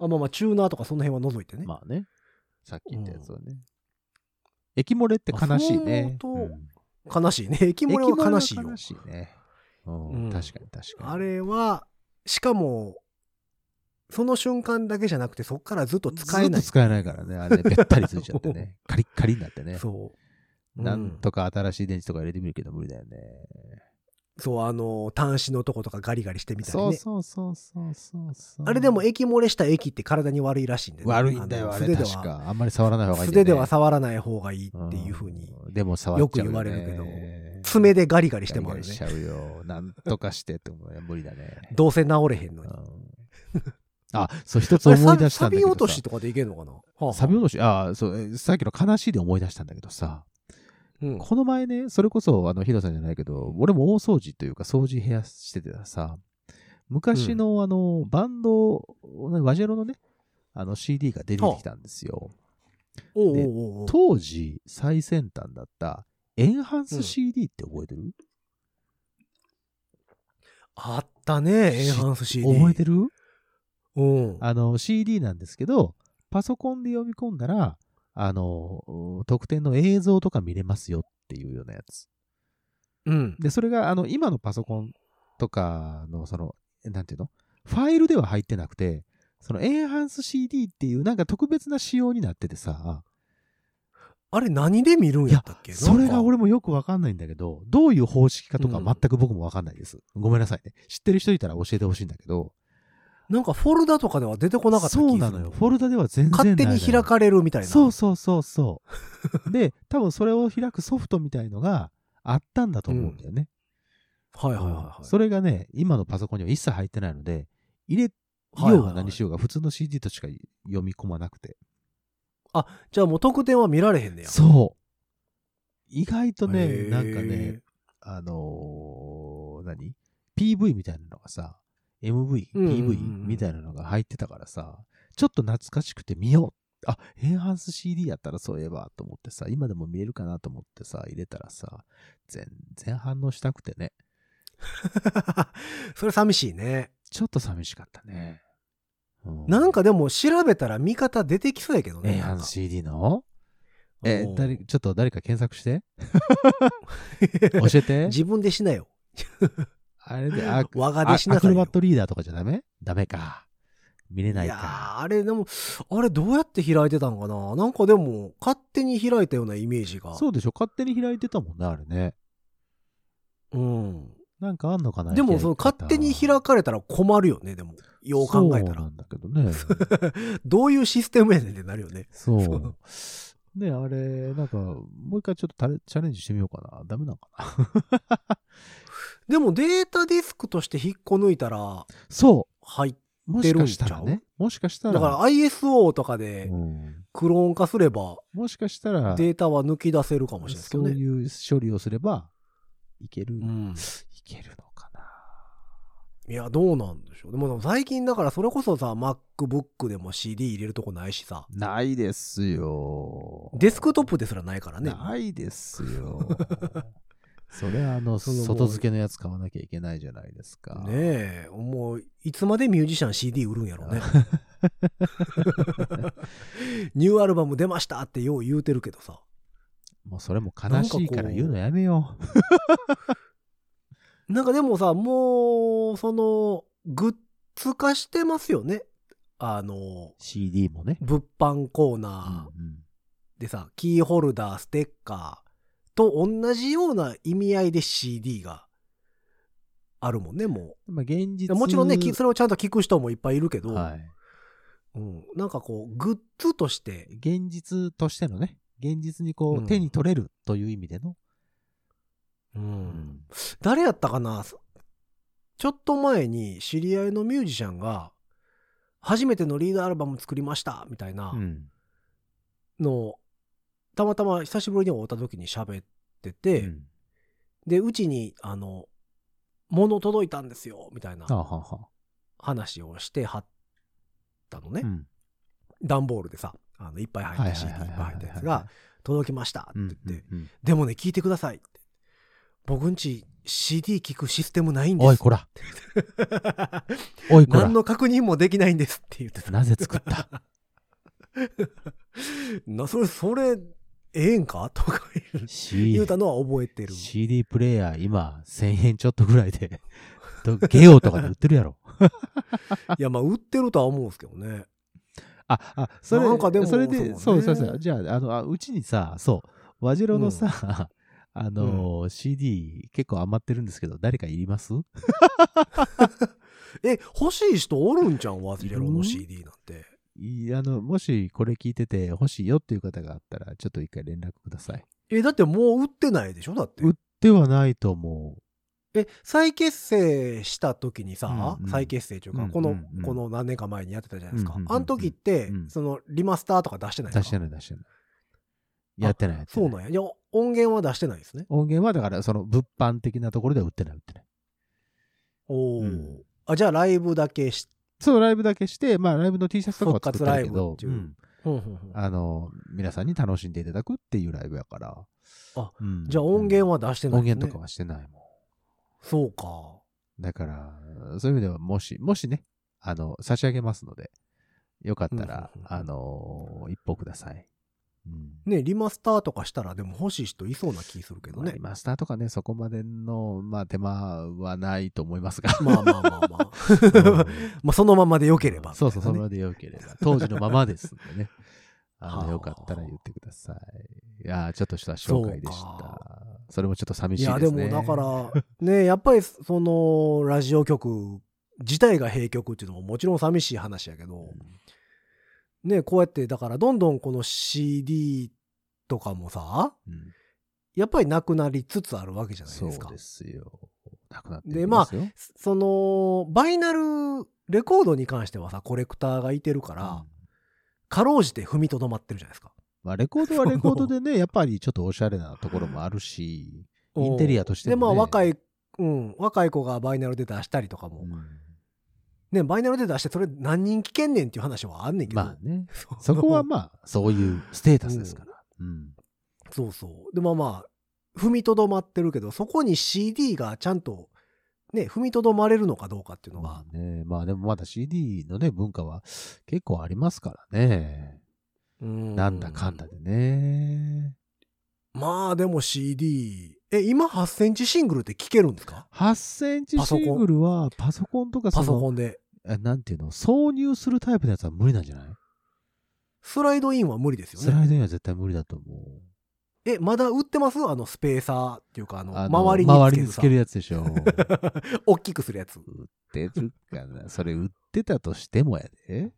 S2: あまあまあ、チューナーとかその辺は除いてね。
S3: まあね。さっき言ったやつはね。液漏れって悲しいね。
S2: あそう思うと
S3: ん
S2: 悲しい ね。液漏れは悲しい
S3: 液漏れ
S2: よ
S3: は。悲しいね。う
S2: うん
S3: ん、確かに確かに。
S2: あれは、しかも、その瞬間だけじゃなくて、そっからずっと使え
S3: ず
S2: な
S3: っ
S2: い。
S3: と使えないからね。あれね、べったりついちゃって ね。カリッカリになってね。
S2: そう。う
S3: なんとか新しい電池とか入れてみるけど無理だよね。
S2: そう、あの、端子のとことかガリガリしてみたり
S3: そう
S2: ね。
S3: そうそうそうそうそう。
S2: あれでも液漏れした液って体に悪いらしいんでね、
S3: 悪いんだよ、
S2: の
S3: あ
S2: 素手
S3: れ
S2: で
S3: 確
S2: は、
S3: か。あんまり触らない方がいい
S2: 素
S3: んだ
S2: 手
S3: よね。
S2: では触らない方がいいっていうふうに、
S3: ん。でも触っちゃ
S2: よく
S3: うね
S2: 言われるけど爪でガリガリしてもある
S3: ガリガリし
S2: ね
S3: ち。ゃうよ。なんとかしてって思うよ無理だね。
S2: どうせ治れへんの
S3: う
S2: に。
S3: んあ、そう、一つ思い出したんだけどさ。
S2: サビ落としとかでいけんのかなはあ
S3: サビ落とし、ああ、そう、えさっきの悲しいで思い出したんだけどさ、
S2: うん
S3: この前ね、それこそ、あの、ヒロさんじゃないけど、俺も大掃除というか、掃除部屋しててさ、昔の、あの、バンド、ワジェロのね、あの CD が出てきたんですよ。
S2: おうおうおうおう
S3: 当時、最先端だった、エンハンス CD って覚えてる、
S2: あったね、エンハンス CD。
S3: 覚えてる
S2: うん。
S3: あの、CD なんですけど、パソコンで読み込んだら、あの、特典の映像とか見れますよっていうようなやつ。
S2: うん。
S3: で、それが、あの、今のパソコンとかの、その、なんていうのファイルでは入ってなくて、その、エンハンス CD っていう、なんか特別な仕様になっててさ、
S2: あれ何で見るんやったっけ
S3: それが。
S2: なんか
S3: 俺もよくわかんないんだけど、どういう方式かとか
S2: うん
S3: 全く僕もわかんないです。ごめんなさいね。知ってる人いたら教えてほしいんだけど、
S2: なんかフォルダとかでは出てこなかった気が
S3: そ
S2: す
S3: う
S2: る
S3: なのよ。フォルダでは全然ない
S2: 勝
S3: のよ。
S2: 手に開かれるみたいな。
S3: そうそうそうそう。 で、多分それを開くソフトみたいのがあったんだと思うんだよね。
S2: はいはいはいはい。
S3: それがね、今のパソコンには一切入ってないので、入れ
S2: はいはいはい
S3: ようが何しようが普通の CD としか読み込まなくて。
S2: じゃあもう特典は見られへんねや。
S3: そう。意外と
S2: へ
S3: ね、
S2: ー
S3: なんかね、。あのー何 ?PV みたいなのがさ、MV、
S2: うんうんうん
S3: PV みたいなのが入ってたからさ、ちょっと懐かしくて見よう。あ、エンハンス CD やったらそういえばと思ってさ、今でも見えるかなと思ってさ、入れたらさ、全然反応しなくてね、
S2: それ寂しいね。
S3: ちょっと寂しかったね。う
S2: なん、かでも調べたら味方出てきそうやけど
S3: エ
S2: ね。
S3: ンハンス CD のえ
S2: うん、
S3: 誰、ちょっと誰か検索して。 教えて。
S2: 自分でしなよ。
S3: あれで、あ、
S2: 我が
S3: あ
S2: 弟子な
S3: アク
S2: さい
S3: ロ
S2: よ。
S3: バットリーダーとかじゃダメダメか。見れないい
S2: や
S3: か。
S2: ーあれでも、あれどうやって開いてたんかななんかでも、勝手に開いたようなイメージが。
S3: そうでしょ勝手に開いてたもんね、あれね。
S2: うん。
S3: なんかあんのかな
S2: でも、その勝手に開
S3: く
S2: かれたら困るよね、でも。よう考えた
S3: そう
S2: ら
S3: な。んだけどね。
S2: どういうシステムやねんってなるよね。
S3: そう。ねあれ、なんか、もう一回ちょっとタレチャレンジしてみようかな。ダメなのかな
S2: でも、データディスクとして引っこ抜いたら、
S3: そ
S2: 入っ
S3: う。もしかしたら
S2: 出るん
S3: ね。もしかした
S2: だか
S3: ら。
S2: ら ISO とかで
S3: うん
S2: クローン化すれば、
S3: もしかしたら、
S2: データは抜き出せるかもしれないですけ
S3: そ
S2: ど
S3: う
S2: ね。
S3: いう処理をすれば、いける、
S2: う
S3: い
S2: ん。
S3: けるのかな。
S2: いや、どうなんでしょう。でもでも最近だからそれこそさ、MacBook でも CD 入れるとこないしさ、
S3: ないですよ。
S2: デスクトップですらないからね。
S3: ないですよ。それはあの、
S2: そのもう
S3: 外付けのやつ買わなきゃいけないじゃないですか。
S2: ねえ、もう、いつまでミュージシャン CD 売るんやろ ね。ニューアルバム出ましたってよう言うてるけどさ。
S3: もうそれも悲しいから言うのやめよう。
S2: なんかでもさ、もう、その、グッズ化してますよね。あの、
S3: CD もね。
S2: 物販コーナ
S3: うんう
S2: ー
S3: ん
S2: でさ、キーホルダー、ステッカーと同じような意味合いで CD があるもんね、も
S3: まあ現
S2: う。
S3: 実
S2: もちろんね、きそれをちゃんと聞く人もいっぱいいるけど、
S3: はい。
S2: うん、なんかこう、グッズとして、
S3: 現実としてのね、現実にこ
S2: うん
S3: う、手に取れるという意味での。うん
S2: 誰やったかなちょっと前に知り合いのミュージシャンが初めてのリードアルバム作りましたみたいな
S3: うん
S2: のをたまたま久しぶりに会った時に喋ってて、
S3: うん
S2: でうちにあの物届いたんですよみたいな
S3: あはは。
S2: 話をしてはったのね、
S3: うん
S2: 段ボールでさあのいっぱい入った CD いっぱい入ったやつが届きましたって
S3: う
S2: 言
S3: んう
S2: って、
S3: んうん
S2: でもね聞いてくださいって僕んち CD 聞くシステムないんです
S3: おいこ ら、おいこら
S2: 何、の確認もできないんですって言ってた。
S3: なぜ作 った
S2: な、それ、それ、ええんか とか言う
S3: C
S2: 言うたのは覚えてる。
S3: CD プレイヤー今1000円ちょっとぐらいで、とゲオとかで売ってるやろ。
S2: いや、まあ、売ってるとは思うんですけどね。
S3: あ、あ、それ、
S2: なんかでも
S3: それ
S2: そうね
S3: で、そうそうそう。じゃあ、あの、あうちにさ、そう、和白のさ、 あの、CD 結構余ってるんですけど、誰かいります
S2: え、欲しい人おるんじゃん、ワズレロの
S3: いる
S2: CD なんて。
S3: いあの、もしこれ聞いてて欲しいよっていう方があったら、ちょっと一回連絡ください。
S2: え、だってもう売ってないでしょだって
S3: 売。っではないと思う。
S2: え、再結成した時にさ、
S3: うんうん
S2: 再結成という
S3: う
S2: か、
S3: ん
S2: この、
S3: うんうん
S2: この何年か前にやってたじゃないですか。
S3: うんうんうんうん
S2: あの時って、
S3: うん
S2: その、リマスターとか出してないで
S3: 出
S2: す
S3: し
S2: か
S3: てない出してない。やってない。やって
S2: そう
S3: い
S2: なんや。いや、音源は出してないですね。
S3: 音源はだから、その物販的なところでは売ってない、売ってない。
S2: おお、
S3: うん
S2: あ、じゃあライブだけし、
S3: そう、ライブだけして、まあ、ライブの T シャツとかは作ったけ
S2: 復
S3: ど、
S2: 活ライブっていう
S3: う
S2: ほ
S3: ん
S2: んほんほん
S3: あの、皆さんに楽しんでいただくっていうライブやから。
S2: あ
S3: うん
S2: じゃあ音源は出してない
S3: 音
S2: んです、ね
S3: 源とかはしてないも
S2: そうか。
S3: ん。だから、そういう意味では、もし、もしね、あの、差し上げますので、よかったら
S2: うんうん、うん
S3: あの、一歩ください。うん。
S2: ね、リマスターとかしたらでも欲しい人いそうな気するけど
S3: まあ
S2: ね
S3: リ。マスターとかね、そこまでの、まあ、手間はないと思 いますが。
S2: まあまあまあまあ。
S3: うん
S2: まあそのままで良ければ、
S3: そうそう、そのま
S2: の
S3: までよければ。当時のままですんでね。あ
S2: はあ
S3: の、よかったら言ってください。いやーちょっとした紹介でし
S2: そう
S3: た。それもちょっと寂
S2: い
S3: しい
S2: や
S3: で
S2: です
S3: ね。
S2: もだ から、ね、やっぱりそのラジオ局自体が閉局っていうのももちろん寂しい話やけど、ね、こうやってだからどんどんこの CD とかもさ、
S3: うん、
S2: やっぱりなくなりつつあるわけじゃない
S3: そう
S2: ですか。
S3: ですよ。なくなって
S2: で
S3: き
S2: まあ
S3: すよ
S2: そのバイナルレコードに関してはさコレクターがいてるから、
S3: うん
S2: かろうじて踏みとどまってるじゃないですか
S3: まあ、レコードはレコードでね、やっぱりちょっとおしゃれなところもある し、インテリアとしても、ね。
S2: でまあ若い、うん、若い子がバイナルで出したりとかも、
S3: うん
S2: ねバイナルで出してそれ何人聞けんねんっていう話はあんねんけど、
S3: まあね、
S2: そう
S3: そこはまあ、そういうステータスですから。うん。
S2: そうそうでまあまあ踏みとどまってるけどそこに CD がちゃんとね踏みとどまれるのかどうかっていうのが
S3: ま、あね、まあでもまだ CD のね、文化は結構ありますからね。
S2: うん
S3: なんだかんだでね。
S2: まあでも CD え今8センチシングルって聞けるんですか
S3: 8センチ
S2: パソ
S3: シ
S2: コン
S3: ングルはパソコンとか
S2: パ
S3: そ
S2: ソ
S3: の
S2: コンで
S3: えなんていうの、挿入するタイプのやつは無理なんじゃない
S2: スライドインは無理ですよね
S3: スライドには絶対無理だと思う。
S2: え、まだ売ってますあのスペーサーっていうか、あの、
S3: あの
S2: 周り
S3: 周
S2: に
S3: りに
S2: つ
S3: つ
S2: け
S3: け
S2: る
S3: る
S2: さ。
S3: やつでしょ。
S2: 大きくするやつ。
S3: 売ってるか な。それ売ってたとしてもやで。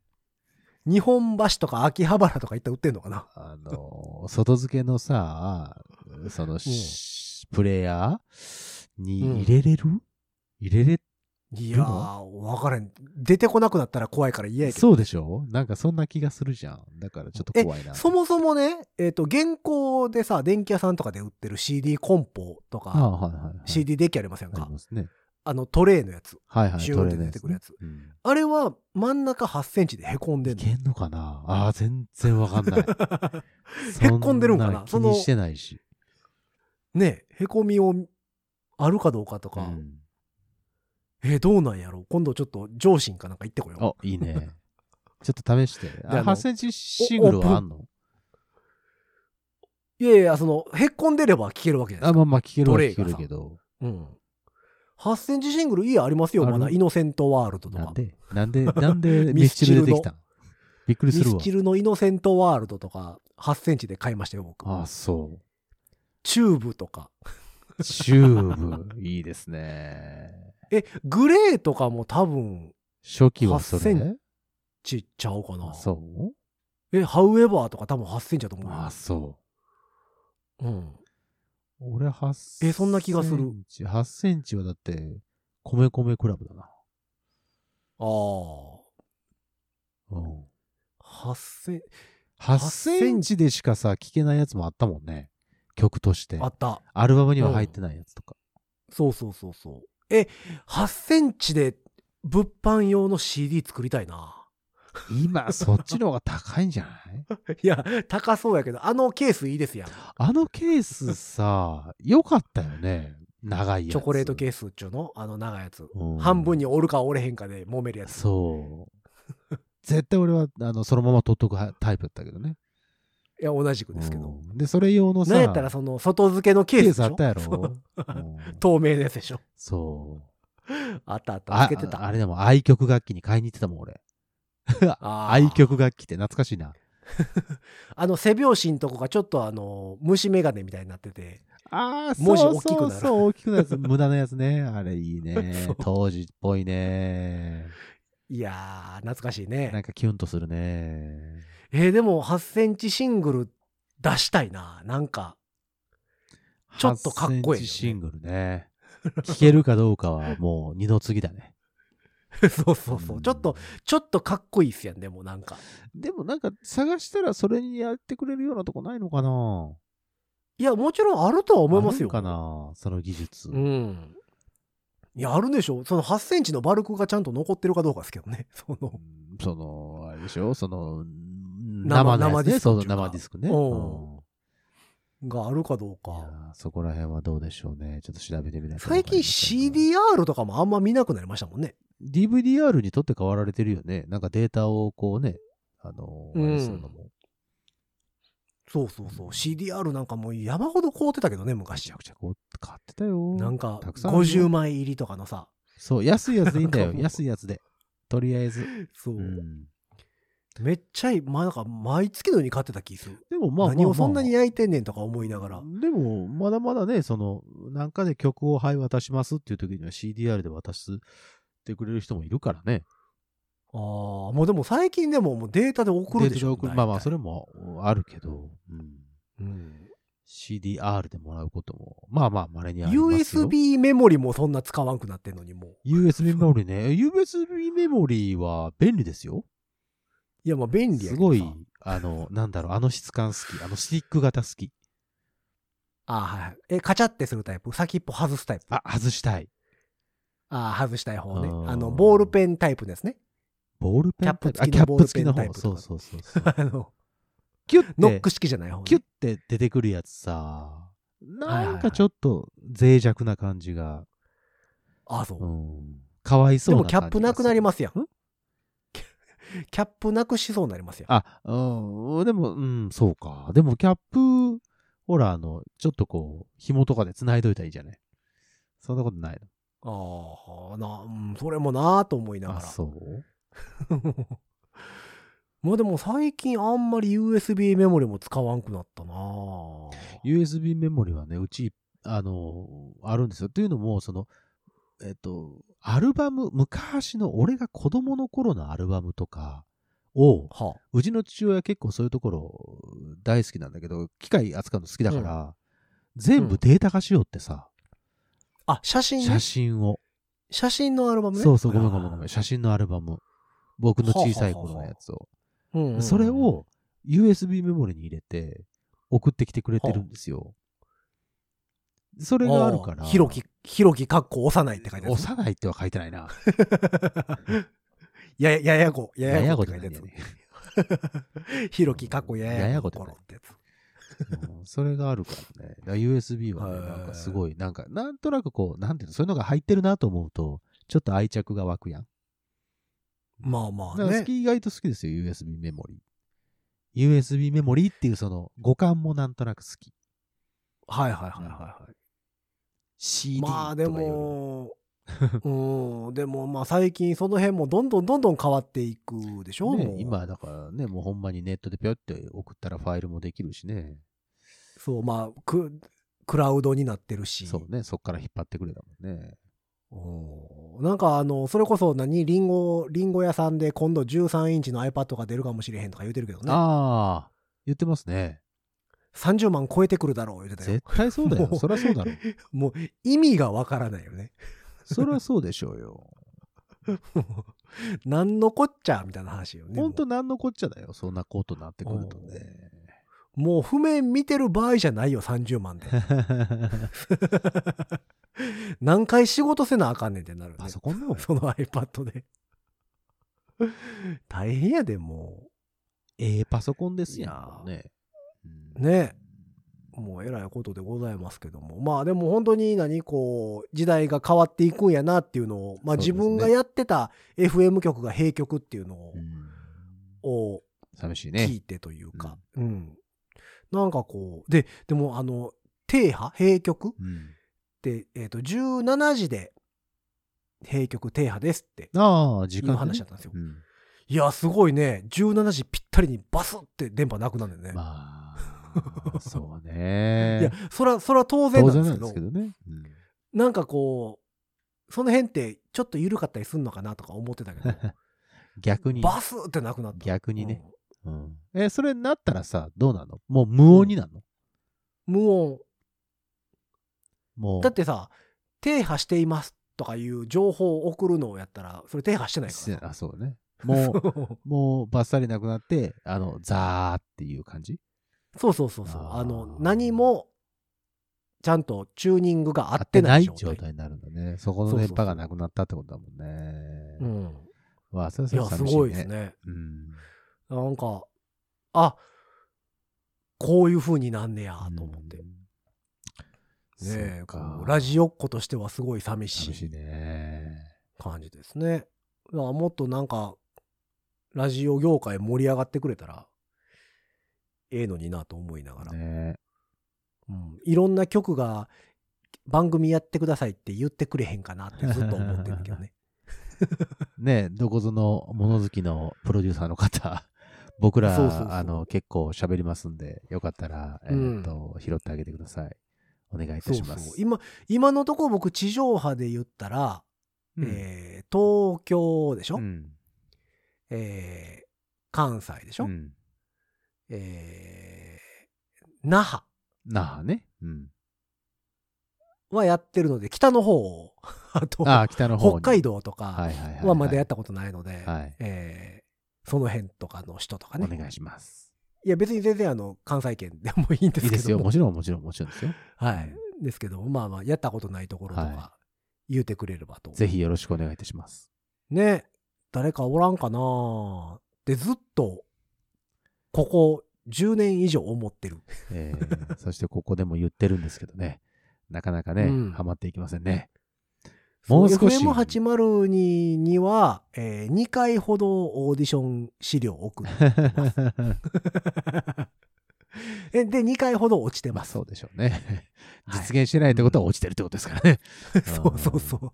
S2: 日本橋とか秋葉原とか行ったら売ってんのかな
S3: あの、外付けのさ、その、しプレイヤーに入れれる、入れれ
S2: いやー、わからん。出てこなくなったら怖いから嫌やけど。
S3: そうでしょなんかそんな気がするじゃん。だからちょっと怖いな。
S2: そもそもね、えっ、と、現行でさ、電気屋さんとかで売ってる CD コンポと
S3: ああ
S2: か、
S3: はいはい、はい。
S2: CD デッキありません
S3: あ
S2: か
S3: りますね。
S2: あの、トレイのやつ。
S3: はいはい。
S2: シューンって
S3: トレーの
S2: 出てくるやつ。
S3: ね。うん
S2: あれは真ん中8センチで凹んで
S3: い
S2: ん
S3: け
S2: の。
S3: んのかなああ、全然わか んない。
S2: へっこんでるんかな
S3: そ
S2: そ
S3: んな
S2: の
S3: 気にしてないし。
S2: ね、凹みをあるかどうかとか、
S3: うん
S2: えどうなんやろ今度ちょっと上信かなんか行ってこよう
S3: あ、いいね。 ちょっと試して。あ
S2: であの
S3: 8センチシングルはあんの
S2: いやいやそのへっこんでれば聞けるわけじゃないです
S3: あ、
S2: か、
S3: まあまあ聞けるは
S2: トレイ
S3: 聞
S2: が
S3: け
S2: さ
S3: るけど。
S2: うん8センチシングルいいやありますよ
S3: ある
S2: まだイノセントワールドと
S3: なん
S2: か
S3: でなんで、なんでミ
S2: ミ
S3: ス
S2: ス
S3: チ
S2: チ
S3: ル
S2: ル
S3: 出
S2: の
S3: てきたんびっくり
S2: ミ
S3: する
S2: ス
S3: わ。
S2: チルのイノセントワールドとか8センチで買いましたよ僕
S3: あそ
S2: チューブとか
S3: う。チューブ。いいですね。
S2: えグレーとかも多分
S3: 初期はそ
S2: 8セ
S3: れ
S2: ンちっちゃうかな
S3: あそ
S2: えハウエバーとか多分8センチだと
S3: う
S2: 思うよ
S3: あ、そう。
S2: うん
S3: 俺8センチ。
S2: えそんな気がする。
S3: 8センチはだって、米米クラブだな。
S2: ああ
S3: うん。
S2: 8セン
S3: 8
S2: 8
S3: セ
S2: セ
S3: ン
S2: ン
S3: チでしかさ、聴けないやつもあったもんね。曲として
S2: あ。った
S3: アルバムには入ってないやつとか。
S2: そうそうそうそう。え、8センチで物販用の CD 作りたいな。
S3: 今、そっちの方が高いんじゃない
S2: いや、高そうやけど、あのケースいいですやん。
S3: あのケースさ、良かったよね。長いやつ。
S2: チョコレートケ
S3: ー
S2: ースっちゅうの、あの長いやつ。
S3: ス
S2: 半分に折るか折れへんかで揉めるやつ。
S3: そう。絶対俺は、あの、そのまま取っとくはタイプだったけどね。
S2: いや、同じくですけど。
S3: うんで、それ用のさ、
S2: なんやったらその外付けのケ
S3: ケ
S2: ースで
S3: ー
S2: し
S3: スあ
S2: ょ
S3: ったやろ。
S2: そう
S3: うん
S2: 透明のやつでしょ。
S3: そう。
S2: あったあった。
S3: あ
S2: つけてた。
S3: ああれでも、愛曲楽器に買いに行ってたもん、俺。
S2: あー
S3: 愛曲楽器って懐かしいな。
S2: あの背拍子んとこがちょっとあの虫眼鏡みたいになってて
S3: ああ、
S2: 文字
S3: そう
S2: 大きくなる
S3: そうそう、大きくなるやつ。無駄なやつね。あれいいね
S2: そう。
S3: 当時っぽいね。
S2: いやー懐かしい
S3: なん
S2: ね
S3: かキュンとするね。
S2: えーでも8センチシングル出したいななん かちょっとかっこいいよね
S3: 8センチシングルね。聴けるかどうかはもう二の次だね。
S2: そうそうそう。ちょっと、ちょっとかっこいいっすやん、でもなんか。
S3: うん。でもなんか探したらそれにやってくれるようなとこないのかない
S2: や、もちろんあるとは思います
S3: ある
S2: よ。
S3: んかなその技術。
S2: うん。いや、あるでしょ。その8センチのバルクがちゃんと残ってるかどうかですけどね。 その、
S3: その、あれでしょその、生
S2: 生
S3: のやつ
S2: 生
S3: ね。
S2: ディスクっていうか
S3: そう、生ディスクね。
S2: うん
S3: うん
S2: があるかどう
S3: いや
S2: か。
S3: ーそこら辺はどうでしょうね。ちょっと調べてみないとわか
S2: 最
S3: りません
S2: 近
S3: が。
S2: CDR とかもあんま見なくなりましたもんね。
S3: DVDR にとって変わられてるよね。なんかデータをこうね、あのー、
S2: うん
S3: あれするのも。
S2: そうそうそう。CDR なんかもう山ほど買うてたけどね、
S3: め
S2: 昔
S3: ち。ゃくちゃこう、買ってたよ。
S2: なんか、
S3: たくさんあるよ
S2: 50枚入りとかのさ。
S3: そう、安いやつでいいんだ
S2: な
S3: よ。
S2: んかもう
S3: 安いやつで。とりあえず。
S2: そう。
S3: うん
S2: めっちゃいい、まあ、なんか毎月のように買ってた気する。
S3: でもまあまあまあ、
S2: 何をそんなに焼いてんねんとか思いながら。
S3: でも、まだまだね、その、なんかで曲を、はい、渡しますっていう時には CDR で渡してくれる人もいるからね。
S2: ああ、もうでも最近でももうデータで送るでしょ。
S3: データで送るまあまあ、そ
S2: れ。
S3: れもあるけど。う
S2: う
S3: ん
S2: ん、
S3: CDR でもらうことも、まあまあ、まれにありますよ。
S2: USB メモリもそんな使わんくなってんのにもう。
S3: USB メモリね。USB メモリは便利ですよ。
S2: いや、まあ便利や
S3: す
S2: けど
S3: ご
S2: さ
S3: い、あの、なんだろう、あの質感好き。あのスティック型好き。
S2: ああ、はいはい。え、カチャってするタイプ先っぽ外すタイプあ
S3: あ、外したい。
S2: あ、外したい方ね
S3: あ。ー
S2: あの、ボールペンタイプですね。
S3: ボールペンタイプ。あ、キ
S2: キ
S3: ャ
S2: ャ
S3: ッ
S2: ッ
S3: プ
S2: プ付
S3: 付き
S2: き
S3: の
S2: の
S3: 方
S2: ボールペンタイプ
S3: そ
S2: と
S3: う
S2: か
S3: そうそうそ う。
S2: あの、
S3: キュッて、
S2: ノック式じゃない方ね。
S3: キュッて出てくるやつさ、なんかちょっと脆弱な感じが、
S2: ああ、そう。
S3: うん、かわいそ
S2: で
S3: うな
S2: もキ
S3: 感じが
S2: ャップなくなりますすやん。
S3: ん
S2: キャップなくしそうになりますやん。
S3: あ、うん、でも、うん、そうか。でも、キャップ、ほら、あの、ちょっとこう、紐とかで繋いどいたらいいじゃない。そんなことない
S2: ああ、な、うん、それもなあと思いな
S3: の。
S2: が
S3: あ、
S2: ら。
S3: そう
S2: まあでも最近あんまり USB メモリも使わんくなったなあ
S3: ?USB メモリはね、うち、あの、あるんですよ。というのも、その、えっと、アルバム、昔の俺が子供の頃のアルバムとかを、
S2: は
S3: うちの父親結構そういうところ大好きなんだけど、機械扱うの好きだから、全部データ化しようってさ、
S2: あ、あ写真ね
S3: 写真を。
S2: 写真のアルバムね。
S3: そうそう、ごめんごめんごめん。写真のアルバム。僕の小さい頃のやつを。
S2: うんうんうん
S3: それ、を USB メモリに入れて送ってきてくれてるんですよ。それがあるから。
S2: ひろき、ひろきかっこ幼いって書いてある。
S3: 幼いっては書いてないな。
S2: やや、ややご、や
S3: や
S2: や
S3: や
S2: ご
S3: ご
S2: っ
S3: じ
S2: て書い
S3: ゃな
S2: てあ
S3: いんだよ
S2: る
S3: ね。
S2: やつ。ひろきかっこややごの
S3: ややご
S2: 頃
S3: っ
S2: ってやつ。
S3: うんそれがあるからね。だから USB はね、
S2: はい
S3: なんかすごい、なんか、なんとなくこう、なんていうの、そういうのが入ってるなと思うと、ちょっと愛着が湧くやん。
S2: まあまあ
S3: だから
S2: ね
S3: 好。き、意外と好きですよ、USB メモリー。USB メモリーっていうその五感もなんとなく好き。
S2: はいはいはいはいは
S3: CD
S2: い。
S3: とか
S2: まあ
S3: よ
S2: で
S3: り
S2: も、うん、でもまあ最近その辺もどんどんどんどん変わっていくでしょ、
S3: ね
S2: もう
S3: 今だからね、もうほんまにネットでぴょって送ったらファイルもできるしね。
S2: そう、まあク、クラウドになってるし。
S3: そうね、そっから引っ張ってくれたもんね。
S2: おーなんかあの、それこそ何、リンゴ、リンゴ屋さんで今度13インチの iPad が出るかもしれへんとか言うてるけどね。
S3: ああ、言ってますね。
S2: 30万超えてくるだろう言うてたよ
S3: 絶。対そうだよ
S2: も。う
S3: そりゃそうだろ。
S2: もう意味がわからないよね。
S3: そりゃそうでしょうよ。
S2: 何のこっちゃみたいな話よね。
S3: ほんと
S2: も
S3: なんのこっちゃだよ。そんなことになってくるとね。
S2: うもう譜面見てる場合じゃないよ、30万 で。何回仕事せなあかんねんってなるよね、
S3: パソコンだもん。
S2: その iPad で。 大変やで、も
S3: ええパソコンですや
S2: いや
S3: ん。
S2: ー
S3: ね。
S2: う。ね。もうえらいことでございますけども。まあでも本当に何こう、時代が変わっていくんやなっていうのを、まあ
S3: そうで
S2: 自
S3: すね
S2: 分がやってた FM 曲が閉曲っていうのを
S3: う、ん
S2: を
S3: 寂しい
S2: 聞い
S3: ね。
S2: てというか、うん。なんかこう、で、でもあの、停波閉曲
S3: うん
S2: って、えっ、と、17時で、閉局停波ですって、
S3: ああ、時
S2: いう
S3: 間
S2: 話だっ
S3: ね
S2: たんですよ
S3: う。ん
S2: いや、すごいね。17時ぴったりにバスって電波なくなるんだよね。
S3: ま あ、そ
S2: い
S3: う
S2: や
S3: ね。、
S2: そら、そら当然
S3: 当
S2: なん
S3: 然
S2: で
S3: な
S2: す
S3: ん
S2: け
S3: で
S2: ど、
S3: すけどね。うん
S2: なんかこう、その辺ってちょっと緩かったりすんのかなとか思ってたけど、
S3: 逆に。
S2: バスってなくなった。
S3: 逆にね。
S2: うん
S3: うんえ、それになったらさ、どうなのもう無音になるの
S2: 無音。
S3: もう。
S2: だってさ、停波していますとかいう情報を送るのをやったら、それ停波してないからさ。
S3: あ、そうね。も う、もうバッサリなくなって、あの、ザーっていう感じ
S2: そうそうそうそう。
S3: あー
S2: あの、何も、ちゃんとチューニングが合ってない状態。
S3: 状態になるんだね。そこ
S2: そうそ
S3: の
S2: う
S3: 電
S2: そう
S3: 波がなくなったってことだもんね。
S2: うん。
S3: わあ、それ
S2: いや、
S3: は
S2: す
S3: 寂し
S2: ごいです。ね。
S3: うん。
S2: なんか、あ、こういう風になんねや、と思って。
S3: う
S2: ね
S3: ん。
S2: え
S3: そう
S2: こ
S3: か
S2: う。ラジオっ子としてはすごい寂し
S3: 寂し
S2: い
S3: いね。
S2: 感じですね。だからもっとなんか、ラジオ業界盛り上がってくれたら、ええのになと思いながら。
S3: ね
S2: うん、いろんな曲が番組やってくださいって言ってくれへんかなってずっと思ってるけど ね。
S3: ねどこぞの物好きのプロデューサーの方、 僕ら、
S2: そうそうそう
S3: あの、結構喋りますんで、よかったら、え
S2: うん
S3: ーっと、拾ってあげてください。お願いいたします。
S2: 今、今のところ僕地上波で言ったら、
S3: うん
S2: えー東京でしょ、
S3: うん。
S2: えー関西でしょ、
S3: うん
S2: えー那覇
S3: なあね。うん。
S2: はやってるので、北の方を、あと、
S3: ああ、北の方に。
S2: 北海道とか
S3: はいはいはいはい。
S2: はまだやったことないので、
S3: はい。
S2: えーその辺とかの人とかね。
S3: お願いします。
S2: いや、別に全然あの、関西圏でもいいんですけど
S3: いい
S2: も
S3: ですよ。もちろん、もちろん、もちろんですよ。
S2: はい。ですけど、まあまあ、やったことないところと
S3: は
S2: か言うてくれればと。
S3: ぜひよろしくお願いいたします。
S2: ね、誰かおらんかなってずっと、ここ10年以上思ってる。
S3: えーそして、ここでも言ってるんですけどね。なかなかね、
S2: うん
S3: ハマっていきませんね。もう少し
S2: FM802 には、え2回ほどオーディション資料を送ってます。えで、2回ほど落ちて
S3: まあ、
S2: ます。
S3: そうでしょうね。
S2: はい
S3: 実現してないってことは落ちてるってことですからね。
S2: そうそうそ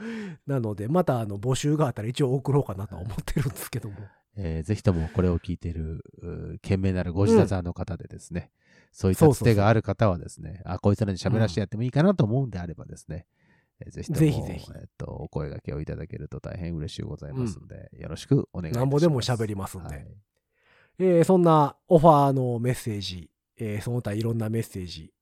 S2: う。なので、またあの募集があったら一応送ろうかなとは思ってるんですけども。
S3: えーぜひともこれを聞いている、うー懸命なるご自宅の方でですね、そういったつてがある方はですね、あ、こいつらに喋らせてやってもいいかなと思うんであればですね、えーぜひとも
S2: ぜひぜひ
S3: えーっと、お声掛けをいただけると大変嬉しいございますので、よろしくお願いいたしま
S2: な
S3: す。
S2: んぼでも喋りますんで
S3: はい
S2: えーそんなオファーのメッセージ、えーその他いろんなメッセージ、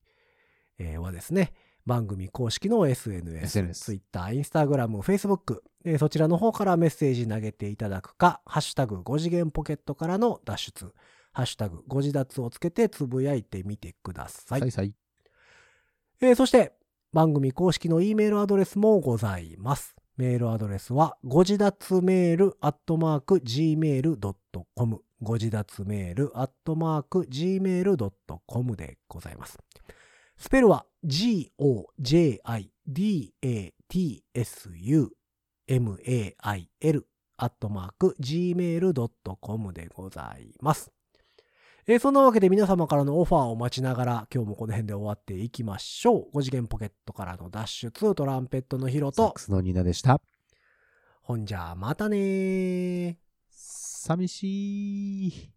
S2: えーはですね、番組公式の SNS、
S3: SNS
S2: Twitter、Instagram、Facebook、えーそちらの方からメッセージ投げていただくか、ハッシュタグ5次元ポケットからの脱出、ハッシュタグ5次脱をつけてつぶやいてみてください。
S3: さいさい。
S2: えーそして、番組公式の E メールアドレスもございます。メールアドレスは、ご自立メールアットマーク gmail.com。ご自立メール、アットマーク、gmail.com でございます。スペルは、g-o-j-i-d-a-t-s-u-m-a-i-l、アットマーク、gmail.com でございます。えーそんなわけで皆様からのオファーを待ちながら、今日もこの辺で終わっていきましょう。5次元ポケットからの脱出、トランペットのヒロ
S3: サッ
S2: と
S3: ク、スのニーナでした。
S2: ほんじゃ、またねー。
S3: 寂しい。